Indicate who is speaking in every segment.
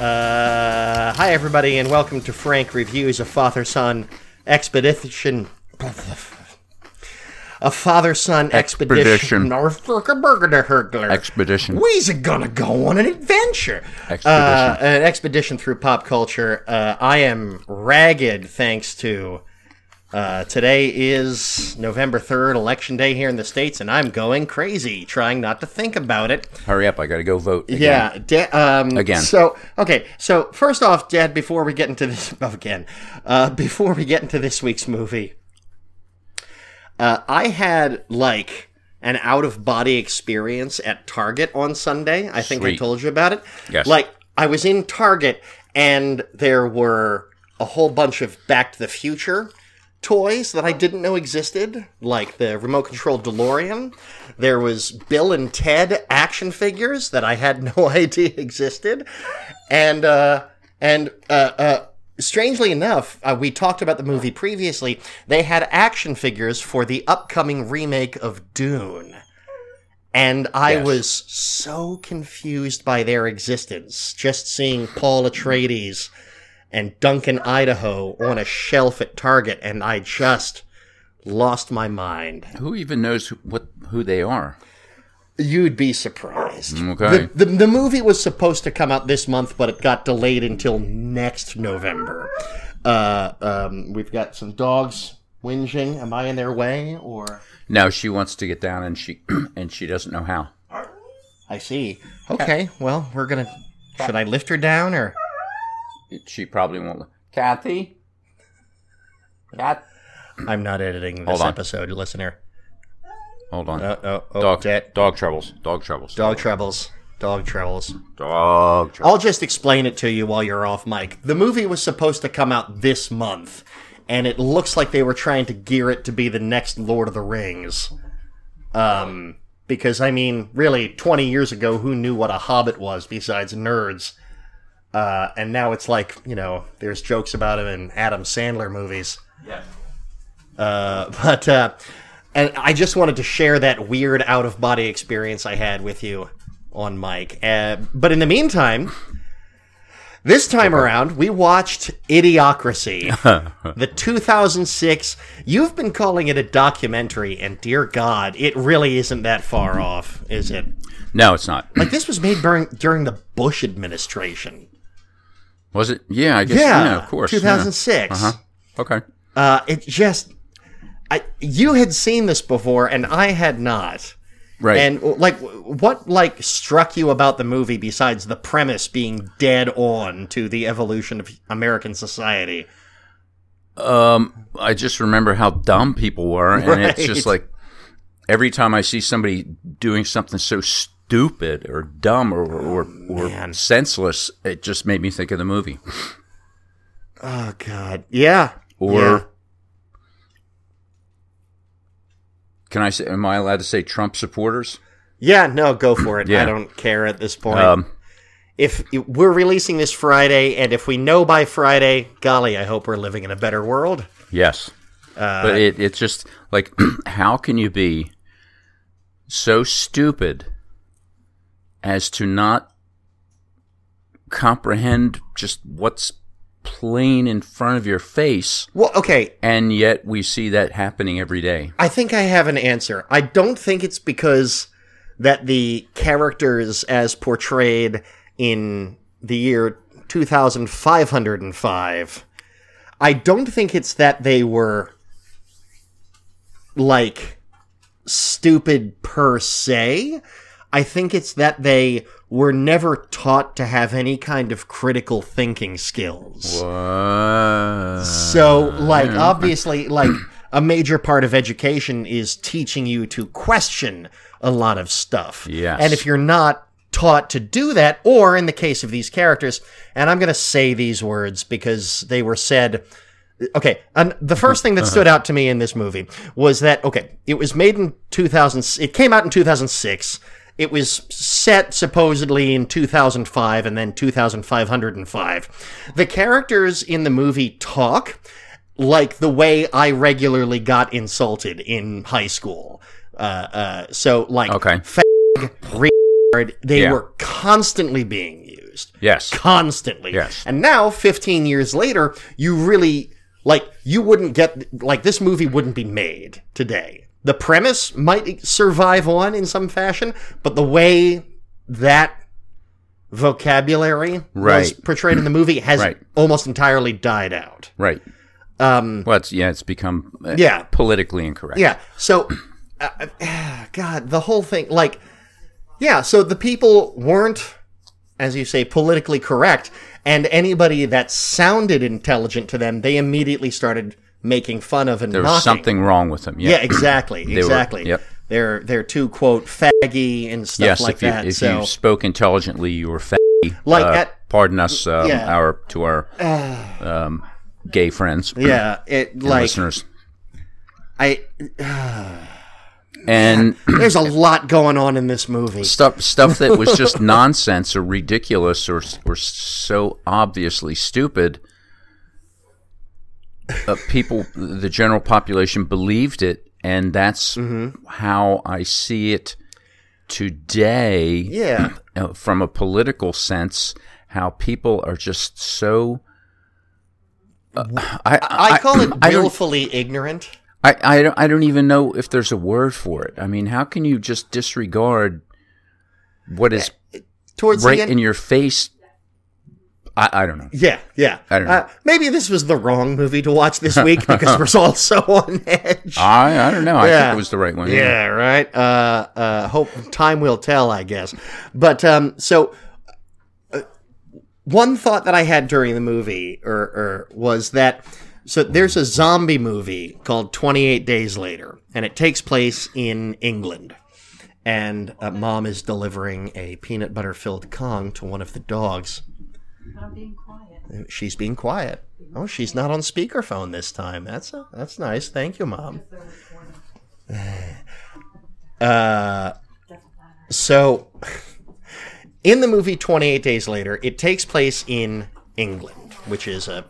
Speaker 1: Uh, hi, everybody, and welcome to Frank Reviews a Father Son Expedition. A father son expedition.
Speaker 2: Expedition.
Speaker 1: Or Furkerburger
Speaker 2: Expedition.
Speaker 1: We's gonna go on an adventure.
Speaker 2: Expedition.
Speaker 1: Uh, an expedition through pop culture. Uh, I am ragged thanks to. Uh, today is November 3rd, election day here in the States, and I'm going crazy trying not to think about it.
Speaker 2: Hurry up! I gotta go vote. again.
Speaker 1: Yeah. Da- um,
Speaker 2: Again.
Speaker 1: So okay. So first off, Dad, before we get into this oh, again, uh, before we get into this week's movie, uh, I had like an out of body experience at Target on Sunday. I think I
Speaker 2: Sweet.
Speaker 1: told you about it.
Speaker 2: Yes.
Speaker 1: Like I was in Target and there were a whole bunch of Back to the Future toys that I didn't know existed, like the remote control DeLorean. There was Bill and Ted action figures that I had no idea existed, and uh, and uh, uh, strangely enough, uh, we talked about the movie previously. They had action figures for the upcoming remake of Dune. And I
Speaker 2: Yes.
Speaker 1: was so confused by their existence, just seeing Paul Atreides and Duncan, Idaho on a shelf at Target, and I just lost my mind.
Speaker 2: Who even knows who, what who they are?
Speaker 1: You'd be surprised.
Speaker 2: Mm, Okay.
Speaker 1: The, the, the movie was supposed to come out this month, but it got delayed until next November. Uh, um, we've got some dogs whinging. Am I in their way? Or.
Speaker 2: No, she wants to get down, and she and she doesn't know how.
Speaker 1: I see. Okay, well, we're going to. Should I lift her down or.
Speaker 2: She probably won't. Kathy. Cat.
Speaker 1: I'm not editing this
Speaker 2: Hold on.
Speaker 1: episode, listener.
Speaker 2: Hold on.
Speaker 1: Oh, oh, oh,
Speaker 2: dog.
Speaker 1: Dad.
Speaker 2: Dog troubles. Dog troubles.
Speaker 1: Dog troubles. Dog troubles.
Speaker 2: Dog troubles.
Speaker 1: I'll just explain it to you while you're off mic. The movie was supposed to come out this month, and it looks like they were trying to gear it to be the next Lord of the Rings. Um, because I mean, really, 20 years ago, who knew what a hobbit was besides nerds? Uh, and now it's like you know, there's jokes about him in Adam Sandler movies. Uh, but uh, and I just wanted to share that weird out of body experience I had with you on mic. Uh, but in the meantime, this time around, we watched Idiocracy, the 2006. You've been calling it a documentary, and dear God, it really isn't that far off, is it?
Speaker 2: No, it's not.
Speaker 1: Like this was made during during the Bush administration.
Speaker 2: Was it? Yeah, I guess.
Speaker 1: Yeah,
Speaker 2: Yeah, of course. yeah. Uh-huh.
Speaker 1: 2006.
Speaker 2: Okay.
Speaker 1: Uh, it just, I you had seen this before and I had not.
Speaker 2: Right.
Speaker 1: And like, what like struck you about the movie besides the premise being dead on to the evolution of American society?
Speaker 2: Um, I just remember how dumb people were, and it's just
Speaker 1: Right.
Speaker 2: like every time I see somebody doing something so stupid or dumb or or, or
Speaker 1: Oh, man.
Speaker 2: senseless, it just made me think of the movie.
Speaker 1: Oh God, yeah.
Speaker 2: Or
Speaker 1: Yeah.
Speaker 2: can I say? Am I allowed to say Trump supporters?
Speaker 1: yeah, no, go for it. I
Speaker 2: Yeah.
Speaker 1: don't care at this point.
Speaker 2: Um,
Speaker 1: if we're releasing this Friday, and if we know by Friday, golly, I hope we're living in a better world.
Speaker 2: yes,
Speaker 1: Uh,
Speaker 2: but it it's just like how can you be so stupid as to not comprehend just what's plain in front of your face
Speaker 1: Well, okay,
Speaker 2: and yet we see that happening every day
Speaker 1: I think I have an answer. I don't think it's because that the characters as portrayed in the year 2505 I don't think it's that they were like stupid per se. I think it's that they were never taught to have any kind of critical thinking skills. Uh, So, like, obviously, like, a major part of education is teaching you to question a lot of stuff.
Speaker 2: Yes.
Speaker 1: And if you're not taught to do that, or in the case of these characters, and I'm going to say these words because they were said. Okay, and the first thing
Speaker 2: Uh-huh.
Speaker 1: that stood out to me in this movie was that okay, it was made in 2000 it came out in 2006. It was set supposedly in 2005 and then 2505. The characters in the movie talk like the way I regularly got insulted in high school. Uh, uh, so like
Speaker 2: Okay.
Speaker 1: fag, re- They
Speaker 2: Yeah.
Speaker 1: were constantly being used.
Speaker 2: Yes.
Speaker 1: Constantly.
Speaker 2: Yes.
Speaker 1: And now, 15 years later, you really, like, you wouldn't get, like, this movie wouldn't be made today. The premise might survive on in some fashion, but the way that vocabulary was
Speaker 2: Right.
Speaker 1: portrayed in the movie has
Speaker 2: Right.
Speaker 1: almost entirely died out.
Speaker 2: Right.
Speaker 1: Um,
Speaker 2: Well, it's, yeah, it's become uh,
Speaker 1: Yeah.
Speaker 2: politically incorrect.
Speaker 1: yeah. So, uh, uh, God, the whole thing, like, yeah. So the people weren't, as you say, politically correct, and anybody that sounded intelligent to them, they immediately started making fun of and
Speaker 2: There was
Speaker 1: mocking.
Speaker 2: something wrong with them. Yeah.
Speaker 1: Yeah, exactly,
Speaker 2: were-
Speaker 1: exactly.
Speaker 2: yep.
Speaker 1: They're they're too quote faggy and stuff
Speaker 2: yes,
Speaker 1: like
Speaker 2: if you
Speaker 1: that.
Speaker 2: if
Speaker 1: so
Speaker 2: you spoke intelligently, you were fat.
Speaker 1: like
Speaker 2: uh,
Speaker 1: at
Speaker 2: pardon us, um,
Speaker 1: yeah.
Speaker 2: our to our um, gay friends,
Speaker 1: yeah, it
Speaker 2: and
Speaker 1: like
Speaker 2: listeners,
Speaker 1: I
Speaker 2: and
Speaker 1: there's a lot going on in this movie.
Speaker 2: stuff stuff that was just nonsense or ridiculous or or so obviously stupid. Uh, people, the general population believed it, and that's
Speaker 1: Mm-hmm.
Speaker 2: how I see it today.
Speaker 1: Yeah.
Speaker 2: uh, from a political sense, how people are just so. uh, I,
Speaker 1: I call it
Speaker 2: I don't,
Speaker 1: willfully ignorant.
Speaker 2: I, I, don't, I don't even know if there's a word for it. I mean, how can you just disregard what is
Speaker 1: Towards
Speaker 2: right
Speaker 1: the end,
Speaker 2: in your face? I, I don't know.
Speaker 1: Yeah, yeah.
Speaker 2: I don't know.
Speaker 1: Uh, maybe this was the wrong movie to watch this week because we're all so on edge.
Speaker 2: I, I don't know. I
Speaker 1: Yeah.
Speaker 2: think it was the right one.
Speaker 1: yeah, right. Uh, uh, hope time will tell, I guess. But um, so uh, one thought that I had during the movie, or, or was that so there's a zombie movie called Twenty Eight Days Later, and it takes place in England. And uh, mom is delivering a peanut butter filled Kong to one of the dogs.
Speaker 3: I'm being quiet.
Speaker 1: She's being quiet. Oh, she's not on speakerphone this time. That's a, that's nice. Thank you, mom. Uh, so, in the movie Twenty Eight Days Later, it takes place in England, which is a,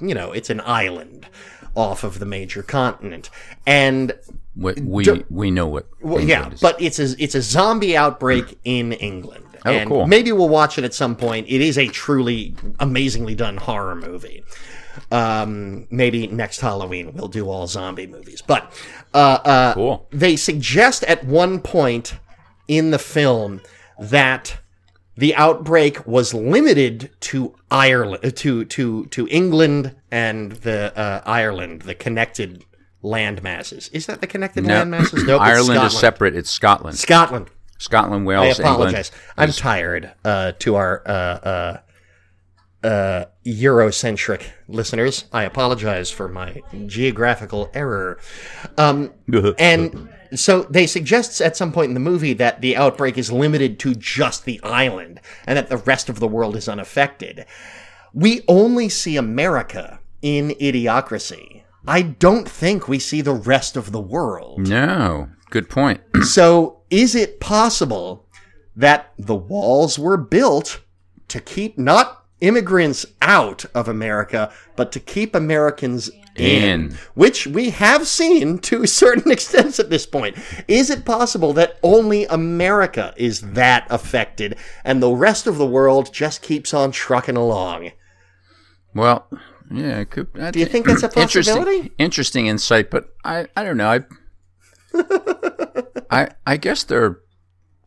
Speaker 1: you know, it's an island off of the major continent, and
Speaker 2: We, we, we know what.
Speaker 1: well, yeah,
Speaker 2: England is.
Speaker 1: but it's a it's a zombie outbreak in England.
Speaker 2: Oh,
Speaker 1: and
Speaker 2: cool.
Speaker 1: Maybe we'll watch it at some point. It is a truly amazingly done horror movie. Um, maybe next Halloween we'll do all zombie movies. But uh, uh,
Speaker 2: Cool.
Speaker 1: they suggest at one point in the film that the outbreak was limited to Ireland, to to to England and the uh, Ireland, the connected land masses. Is that the connected land masses? Nope, it's
Speaker 2: Ireland is
Speaker 1: Scotland.
Speaker 2: separate. It's Scotland.
Speaker 1: Scotland.
Speaker 2: Scotland,
Speaker 1: I
Speaker 2: Wales, England.
Speaker 1: apologize. I'm tired uh, to our uh, uh, uh, Eurocentric listeners. I apologize for my geographical error. Um, and so they suggest at some point in the movie that the outbreak is limited to just the island and that the rest of the world is unaffected. We only see America in Idiocracy. I don't think we see the rest of the world.
Speaker 2: No, good point.
Speaker 1: So, is it possible that the walls were built to keep not immigrants out of America, but to keep Americans in,
Speaker 2: In.
Speaker 1: which we have seen to certain extents at this point? Is it possible that only America is that affected and the rest of the world just keeps on trucking along?
Speaker 2: Well, yeah, it could, do
Speaker 1: you think that's a possibility?
Speaker 2: Interesting, interesting insight, but I, I don't know. I, I, I guess there, are-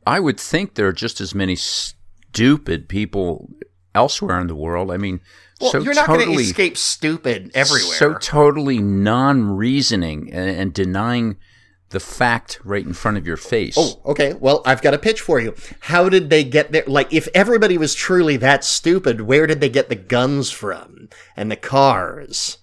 Speaker 2: I would think there are just as many stupid people elsewhere in the world. I mean,
Speaker 1: Well,
Speaker 2: so
Speaker 1: you're not going to
Speaker 2: totally,
Speaker 1: escape stupid everywhere.
Speaker 2: so totally non-reasoning and, and denying the fact right in front of your face.
Speaker 1: Oh, okay. Well, I've got a pitch for you. How did they get there? Like, if everybody was truly that stupid, where did they get the guns from and the cars?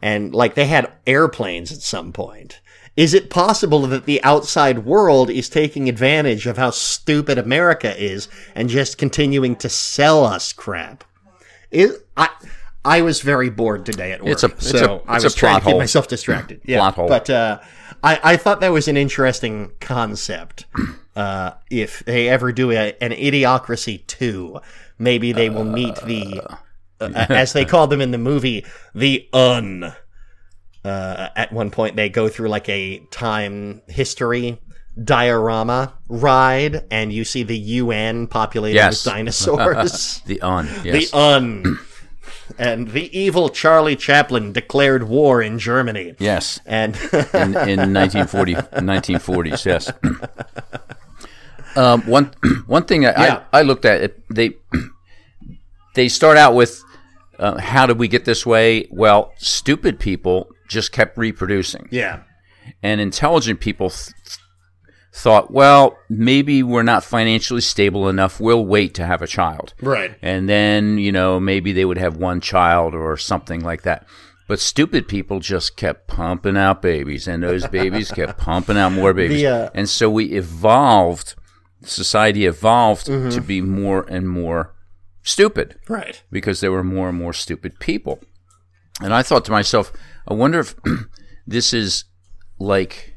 Speaker 1: And, like, they had airplanes at some point. Is it possible that the outside world is taking advantage of how stupid America is and just continuing to sell us crap? Is, I, I was very bored today at work.
Speaker 2: It's a- it's a-
Speaker 1: so I
Speaker 2: it's a
Speaker 1: was trying
Speaker 2: plot
Speaker 1: to keep
Speaker 2: hole.
Speaker 1: myself distracted. Yeah.
Speaker 2: Plot hole.
Speaker 1: But but uh, I, I thought that was an interesting concept. Uh, if they ever do a, an Idiocracy 2, maybe they will meet the, uh, as they call them in the movie, the Un. Uh, at one point, they go through like a time history diorama ride, and you see the UN populated
Speaker 2: Yes.
Speaker 1: with dinosaurs.
Speaker 2: The un. Yes.
Speaker 1: The UN. and the evil Charlie Chaplin declared war in Germany.
Speaker 2: Yes.
Speaker 1: And
Speaker 2: in, in 1940, 1940s, yes. um, one one thing I,
Speaker 1: Yeah.
Speaker 2: I, I looked at it, they they start out with uh, how did we get this way? Well, stupid people just kept reproducing,
Speaker 1: yeah.
Speaker 2: and intelligent people th- thought, well, maybe we're not financially stable enough. We'll wait to have a child
Speaker 1: Right.
Speaker 2: and then you know maybe they would have one child or something like that but stupid people just kept pumping out babies and those babies kept pumping out more babies
Speaker 1: The, uh,
Speaker 2: and so we evolved society evolved
Speaker 1: Mm-hmm.
Speaker 2: to be more and more stupid
Speaker 1: Right.
Speaker 2: because there were more and more stupid people and i thought to myself i wonder if this is like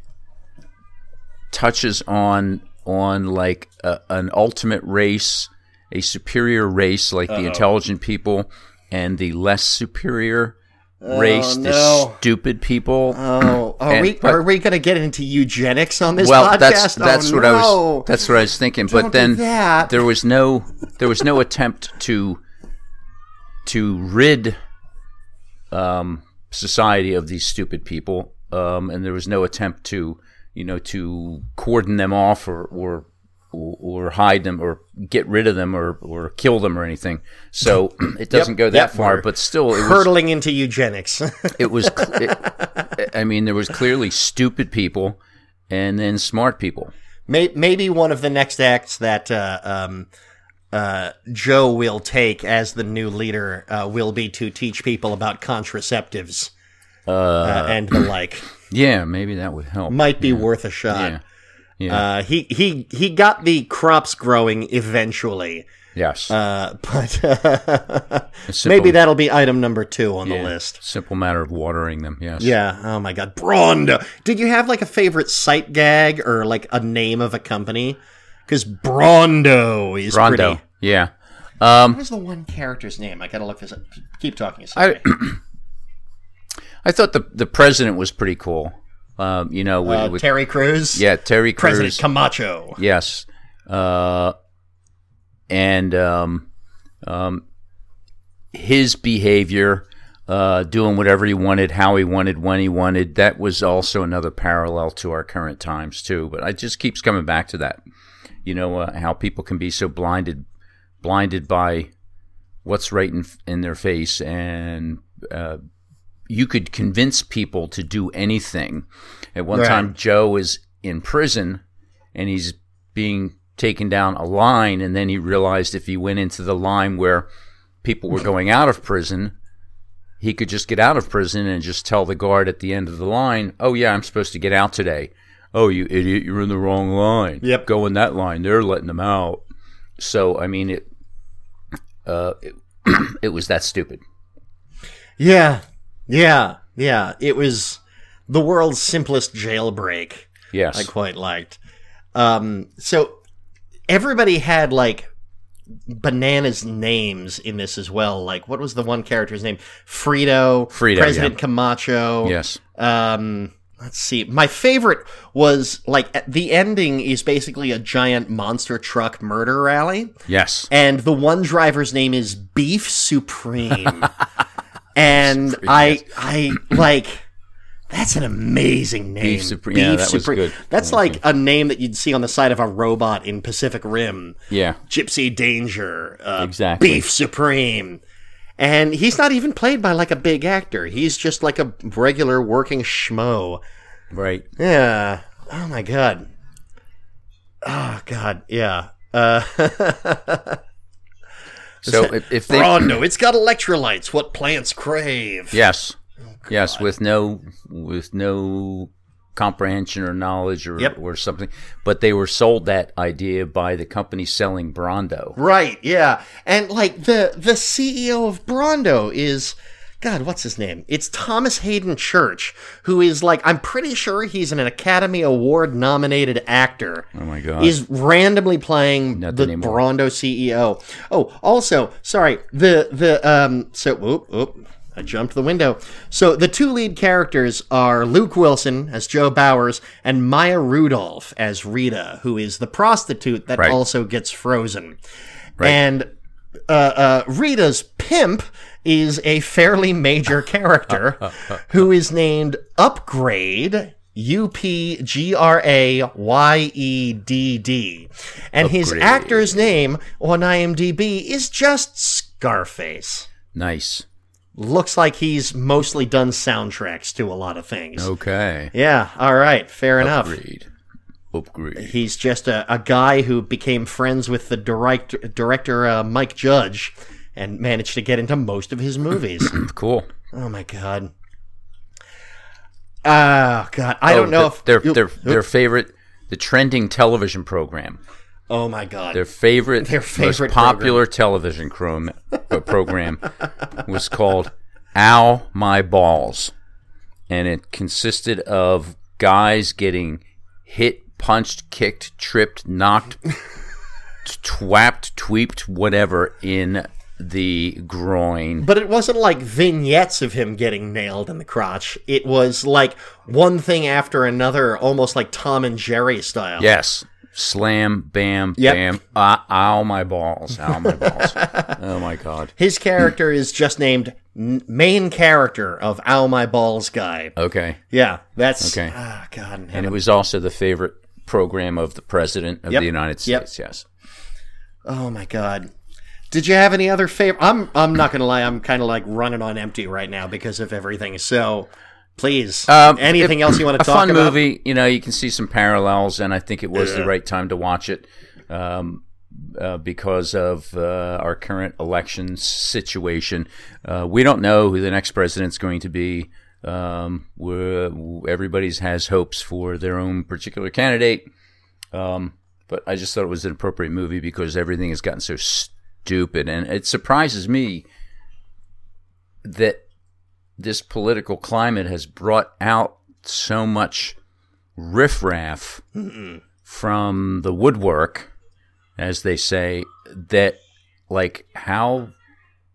Speaker 2: touches on on like a, an ultimate race, a superior race like the intelligent people and the less superior race,
Speaker 1: no.
Speaker 2: the stupid people.
Speaker 1: Oh, are
Speaker 2: And-
Speaker 1: we
Speaker 2: but-
Speaker 1: are we going to get into eugenics on this
Speaker 2: well,
Speaker 1: podcast?
Speaker 2: that's
Speaker 1: Oh,
Speaker 2: that's what I
Speaker 1: no.
Speaker 2: was that's what I was thinking,
Speaker 1: Don't
Speaker 2: but
Speaker 1: do
Speaker 2: then
Speaker 1: that.
Speaker 2: there was no there was no attempt to to rid um, society of these stupid people, um, and there was no attempt to you know to cordon them off or or or hide them or get rid of them or or kill them or anything. So it doesn't go that
Speaker 1: yep,
Speaker 2: far,
Speaker 1: we're
Speaker 2: but still it was
Speaker 1: hurtling into eugenics.
Speaker 2: it was cl- it, I mean there was clearly stupid people and then smart people.
Speaker 1: May- Maybe one of the next acts that uh, um, uh, Joe will take as the new leader uh, will be to teach people about contraceptives uh, and the like.
Speaker 2: Yeah, maybe that would help.
Speaker 1: Might be worth a shot.
Speaker 2: Yeah. Yeah.
Speaker 1: Uh, he he he got the crops growing eventually,
Speaker 2: yes.
Speaker 1: uh, but
Speaker 2: simple-
Speaker 1: maybe that'll be item number two on the
Speaker 2: Yeah.
Speaker 1: list.
Speaker 2: Simple matter of watering them. Yes.
Speaker 1: Yeah. Oh my God, Brond. Did you have like a favorite sight gag or like a name of a company? Because Brondo is
Speaker 2: Rondo.
Speaker 1: pretty.
Speaker 2: Yeah.
Speaker 1: What was the one character's name? I gotta look this up. Keep talking. It's
Speaker 2: I I thought the the president was pretty cool. Um, you know, with,
Speaker 1: uh,
Speaker 2: with
Speaker 1: Terry Crews.
Speaker 2: yeah Terry Crews.
Speaker 1: President Camacho.
Speaker 2: yes. Uh, and um, um, his behavior, uh, doing whatever he wanted, how he wanted, when he wanted. That was also another parallel to our current times too. But it just keeps coming back to that. You know uh, how people can be so blinded, blinded by what's right in in their face, and uh, you could convince people to do anything. At one
Speaker 1: Right.
Speaker 2: time, Joe is in prison and he's being taken down a line and then he realized if he went into the line where people were going out of prison he could just get out of prison and just tell the guard at the end of the line oh yeah i'm supposed to get out today oh you idiot you're in the wrong line
Speaker 1: Yep.
Speaker 2: go in that line they're letting them out so i mean it uh it, it was that stupid
Speaker 1: Yeah. Yeah. Yeah. It was the world's simplest jailbreak.
Speaker 2: yes
Speaker 1: I quite liked. Um, so everybody had like bananas names in this as well. Like what was the one character's name? Frito.
Speaker 2: Frito,
Speaker 1: President
Speaker 2: yeah.
Speaker 1: Camacho.
Speaker 2: yes
Speaker 1: Um, let's see. My favorite was like at- the ending is basically a giant monster truck murder rally,
Speaker 2: yes
Speaker 1: and the one driver's name is Beef Supreme. and I, I like. That's an amazing name.
Speaker 2: Beef Supreme. Yeah, that was good.
Speaker 1: That's like a name that you'd see on the side of a robot in Pacific Rim.
Speaker 2: yeah
Speaker 1: Gypsy Danger, uh,
Speaker 2: Exactly.
Speaker 1: Beef Supreme. And he's not even played by like a big actor. He's just like a regular working schmo.
Speaker 2: right
Speaker 1: Yeah. Oh my god. Oh god. Yeah. Uh,
Speaker 2: so if, if they
Speaker 1: Rondo, it's got electrolytes. What plants crave.
Speaker 2: Yes. yes, with no with no comprehension or knowledge or,
Speaker 1: Yep.
Speaker 2: or something. But they were sold that idea by the company selling Brondo.
Speaker 1: Right. Yeah. And like the the CEO of Brondo is. God, what's his name? It's Thomas Hayden Church, who is like, I'm pretty sure he's an Academy Award nominated actor.
Speaker 2: Oh my god.
Speaker 1: is randomly playing
Speaker 2: Not
Speaker 1: the E
Speaker 2: anymore.
Speaker 1: Brondo CEO. Oh, also, sorry, the the um so whoop whoop. I jumped the window. So the two lead characters are Luke Wilson as Joe Bowers and Maya Rudolph as Rita, who is the prostitute that
Speaker 2: Right.
Speaker 1: also gets frozen.
Speaker 2: Right.
Speaker 1: And uh, uh, Rita's pimp is a fairly major character who is named Upgrade. U P G R A Y E D D. And his
Speaker 2: Upgrade.
Speaker 1: actor's name on IMDb is just Scarface
Speaker 2: Nice.
Speaker 1: looks like he's mostly done soundtracks to a lot of things.
Speaker 2: Okay.
Speaker 1: Yeah, all right, fair enough.
Speaker 2: Upgrade. Upgrade.
Speaker 1: He's just a, a guy who became friends with the direct, director uh, Mike Judge and managed to get into most of his movies.
Speaker 2: Cool.
Speaker 1: oh my god. Oh god, I
Speaker 2: Oh,
Speaker 1: don't know
Speaker 2: their-
Speaker 1: if
Speaker 2: their
Speaker 1: you-
Speaker 2: their their favorite the trending television program.
Speaker 1: Oh my god.
Speaker 2: Their favorite,
Speaker 1: Their favorite
Speaker 2: most popular television crom- uh, program was called "Ow My Balls," and it consisted of guys getting hit, punched, kicked, tripped, knocked, twapped, tweeped, whatever in the groin.
Speaker 1: But it wasn't like vignettes of him getting nailed in the crotch. It was like one thing after another, almost like Tom and Jerry style.
Speaker 2: Yes. Slam, bam,
Speaker 1: Yep.
Speaker 2: bam. Ah, ow, my balls. Ow, my balls. oh, my God.
Speaker 1: His character is just named n- main character of Ow My Balls guy.
Speaker 2: Okay.
Speaker 1: Yeah, that's
Speaker 2: Okay.
Speaker 1: Ah, God, in
Speaker 2: And it
Speaker 1: heaven.
Speaker 2: was also the favorite program of the President of
Speaker 1: Yep.
Speaker 2: the United
Speaker 1: Yep.
Speaker 2: States. Yes.
Speaker 1: oh my God. Did you have any other favorite? I'm I'm not gonna lie. I'm kind of like running on empty right now because of everything. So please,
Speaker 2: Um,
Speaker 1: anything
Speaker 2: it-
Speaker 1: else you want
Speaker 2: a
Speaker 1: to talk
Speaker 2: fun
Speaker 1: about?
Speaker 2: movie. You know, you can see some parallels, and I think it was the right time to watch it um, uh, because of uh, our current election situation. Uh, we don't know who the next president's going to be. Um, we're, everybody's has hopes for their own particular candidate, um, but I just thought it was an appropriate movie because everything has gotten so stupid, and it surprises me that this political climate has brought out so much riffraff from the woodwork, as they say, that like how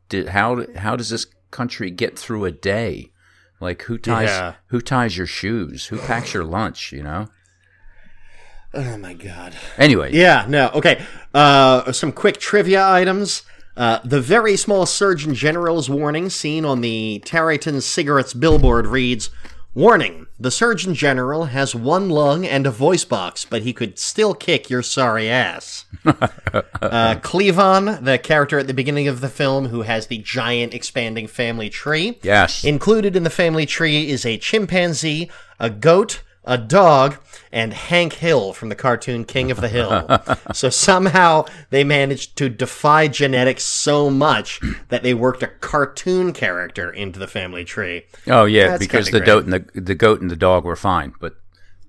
Speaker 2: did how how does this country get through a day? Like who ties
Speaker 1: Yeah.
Speaker 2: who ties your shoes? Who packs your lunch? You know.
Speaker 1: Oh my God.
Speaker 2: Anyway,
Speaker 1: Yeah, no. Okay. Uh, some quick trivia items. Uh, the very small Surgeon General's warning seen on the Tarryton Cigarettes billboard reads Warning, the Surgeon General has one lung and a voice box, but he could still kick your sorry ass. uh, Cleavon, the character at the beginning of the film who has the giant expanding family tree.
Speaker 2: yes,
Speaker 1: Included in the family tree is a chimpanzee, a goat, a dog, and Hank Hill from the cartoon King of the Hill. so somehow they managed to defy genetics so much that they worked a cartoon character into the family tree.
Speaker 2: oh yeah,
Speaker 1: That's
Speaker 2: because the
Speaker 1: kinda
Speaker 2: goat and the the goat and the dog were fine, but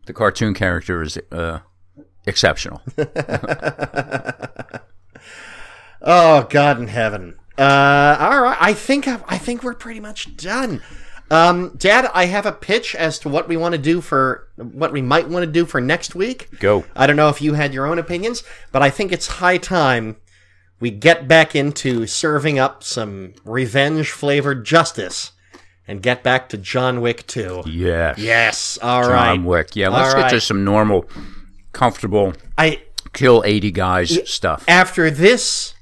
Speaker 2: the cartoon character is uh, exceptional.
Speaker 1: Oh God in heaven! Uh, all right, I think I think we're pretty much done. Um, Dad, I have a pitch as to what we want to do for what we might want to do for next week.
Speaker 2: Go.
Speaker 1: I don't know if you had your own opinions, but I think it's high time we get back into serving up some revenge flavored justice and get back to John Wick 2.
Speaker 2: Yes.
Speaker 1: Yes, all right.
Speaker 2: John Wick. um, Yeah, let's
Speaker 1: All
Speaker 2: get
Speaker 1: right.
Speaker 2: to some normal, comfortable,
Speaker 1: I
Speaker 2: kill 80 guys stuff.
Speaker 1: after this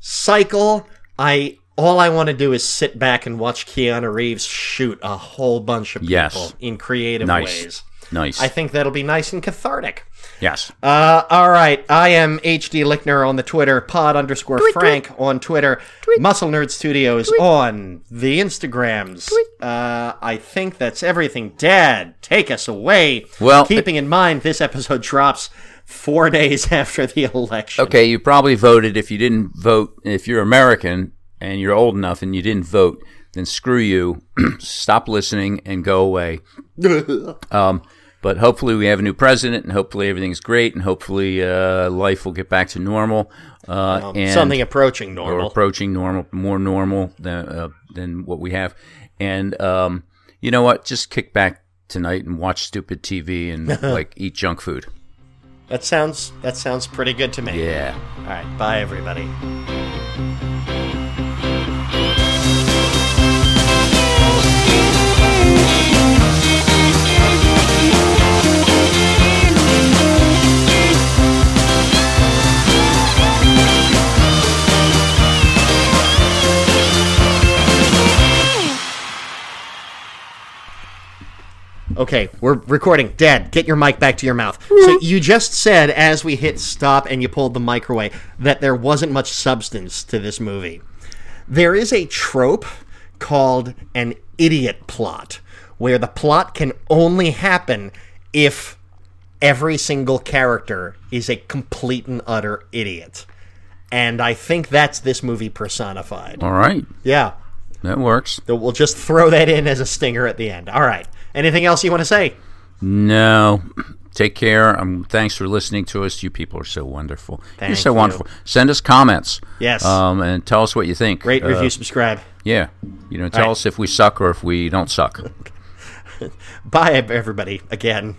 Speaker 1: cycle, I all I want to do is sit back and watch Keanu Reeves shoot a whole bunch of
Speaker 2: Yes.
Speaker 1: people in creative
Speaker 2: Nice.
Speaker 1: ways.
Speaker 2: Nice.
Speaker 1: I think that'll be nice and cathartic.
Speaker 2: yes.
Speaker 1: Uh, all right. I am HD Lickner on the Twitter, pod underscore Frank on Twitter, Muscle Nerd Studios on the Instagrams. Uh, I think that's everything. Dad, take us away.
Speaker 2: Well,
Speaker 1: keeping in mind this episode drops four days after the election.
Speaker 2: okay, you probably voted. If you didn't vote, if you're American and you're old enough and you didn't vote, then screw you. Stop listening and go away. um, but hopefully we have a new president, and hopefully everything's great, and hopefully uh, life will get back to normal. Uh, and
Speaker 1: Um, Something approaching
Speaker 2: or
Speaker 1: normal.
Speaker 2: approaching normal, more normal than uh, than what we have. And um, you know what? Just kick back tonight and watch stupid TV and like eat junk food.
Speaker 1: that sounds that sounds pretty good to me.
Speaker 2: Yeah.
Speaker 1: All right. Bye, everybody.
Speaker 4: Thank
Speaker 1: Okay, we're recording. Dad, get your mic back to your mouth. So you just said as we hit stop and you pulled the mic away that there wasn't much substance to this movie. There is a trope called an idiot plot, where the plot can only happen if every single character is a complete and utter idiot. And I think that's this movie personified.
Speaker 2: All right,
Speaker 1: Yeah.
Speaker 2: that works.
Speaker 1: So We'll just throw that in as a stinger at the end. All right. Anything else you want to say?
Speaker 2: No. Take care. Um, thanks for listening to us. You people are so wonderful. You're
Speaker 1: Thank
Speaker 2: so
Speaker 1: you.
Speaker 2: wonderful. Send us comments.
Speaker 1: Yes.
Speaker 2: Um, and tell us what you think.
Speaker 1: Rate,
Speaker 2: Uh,
Speaker 1: review, subscribe.
Speaker 2: Yeah. You know, tell
Speaker 1: right.
Speaker 2: us if we suck or if we don't suck.
Speaker 1: Bye, everybody, again.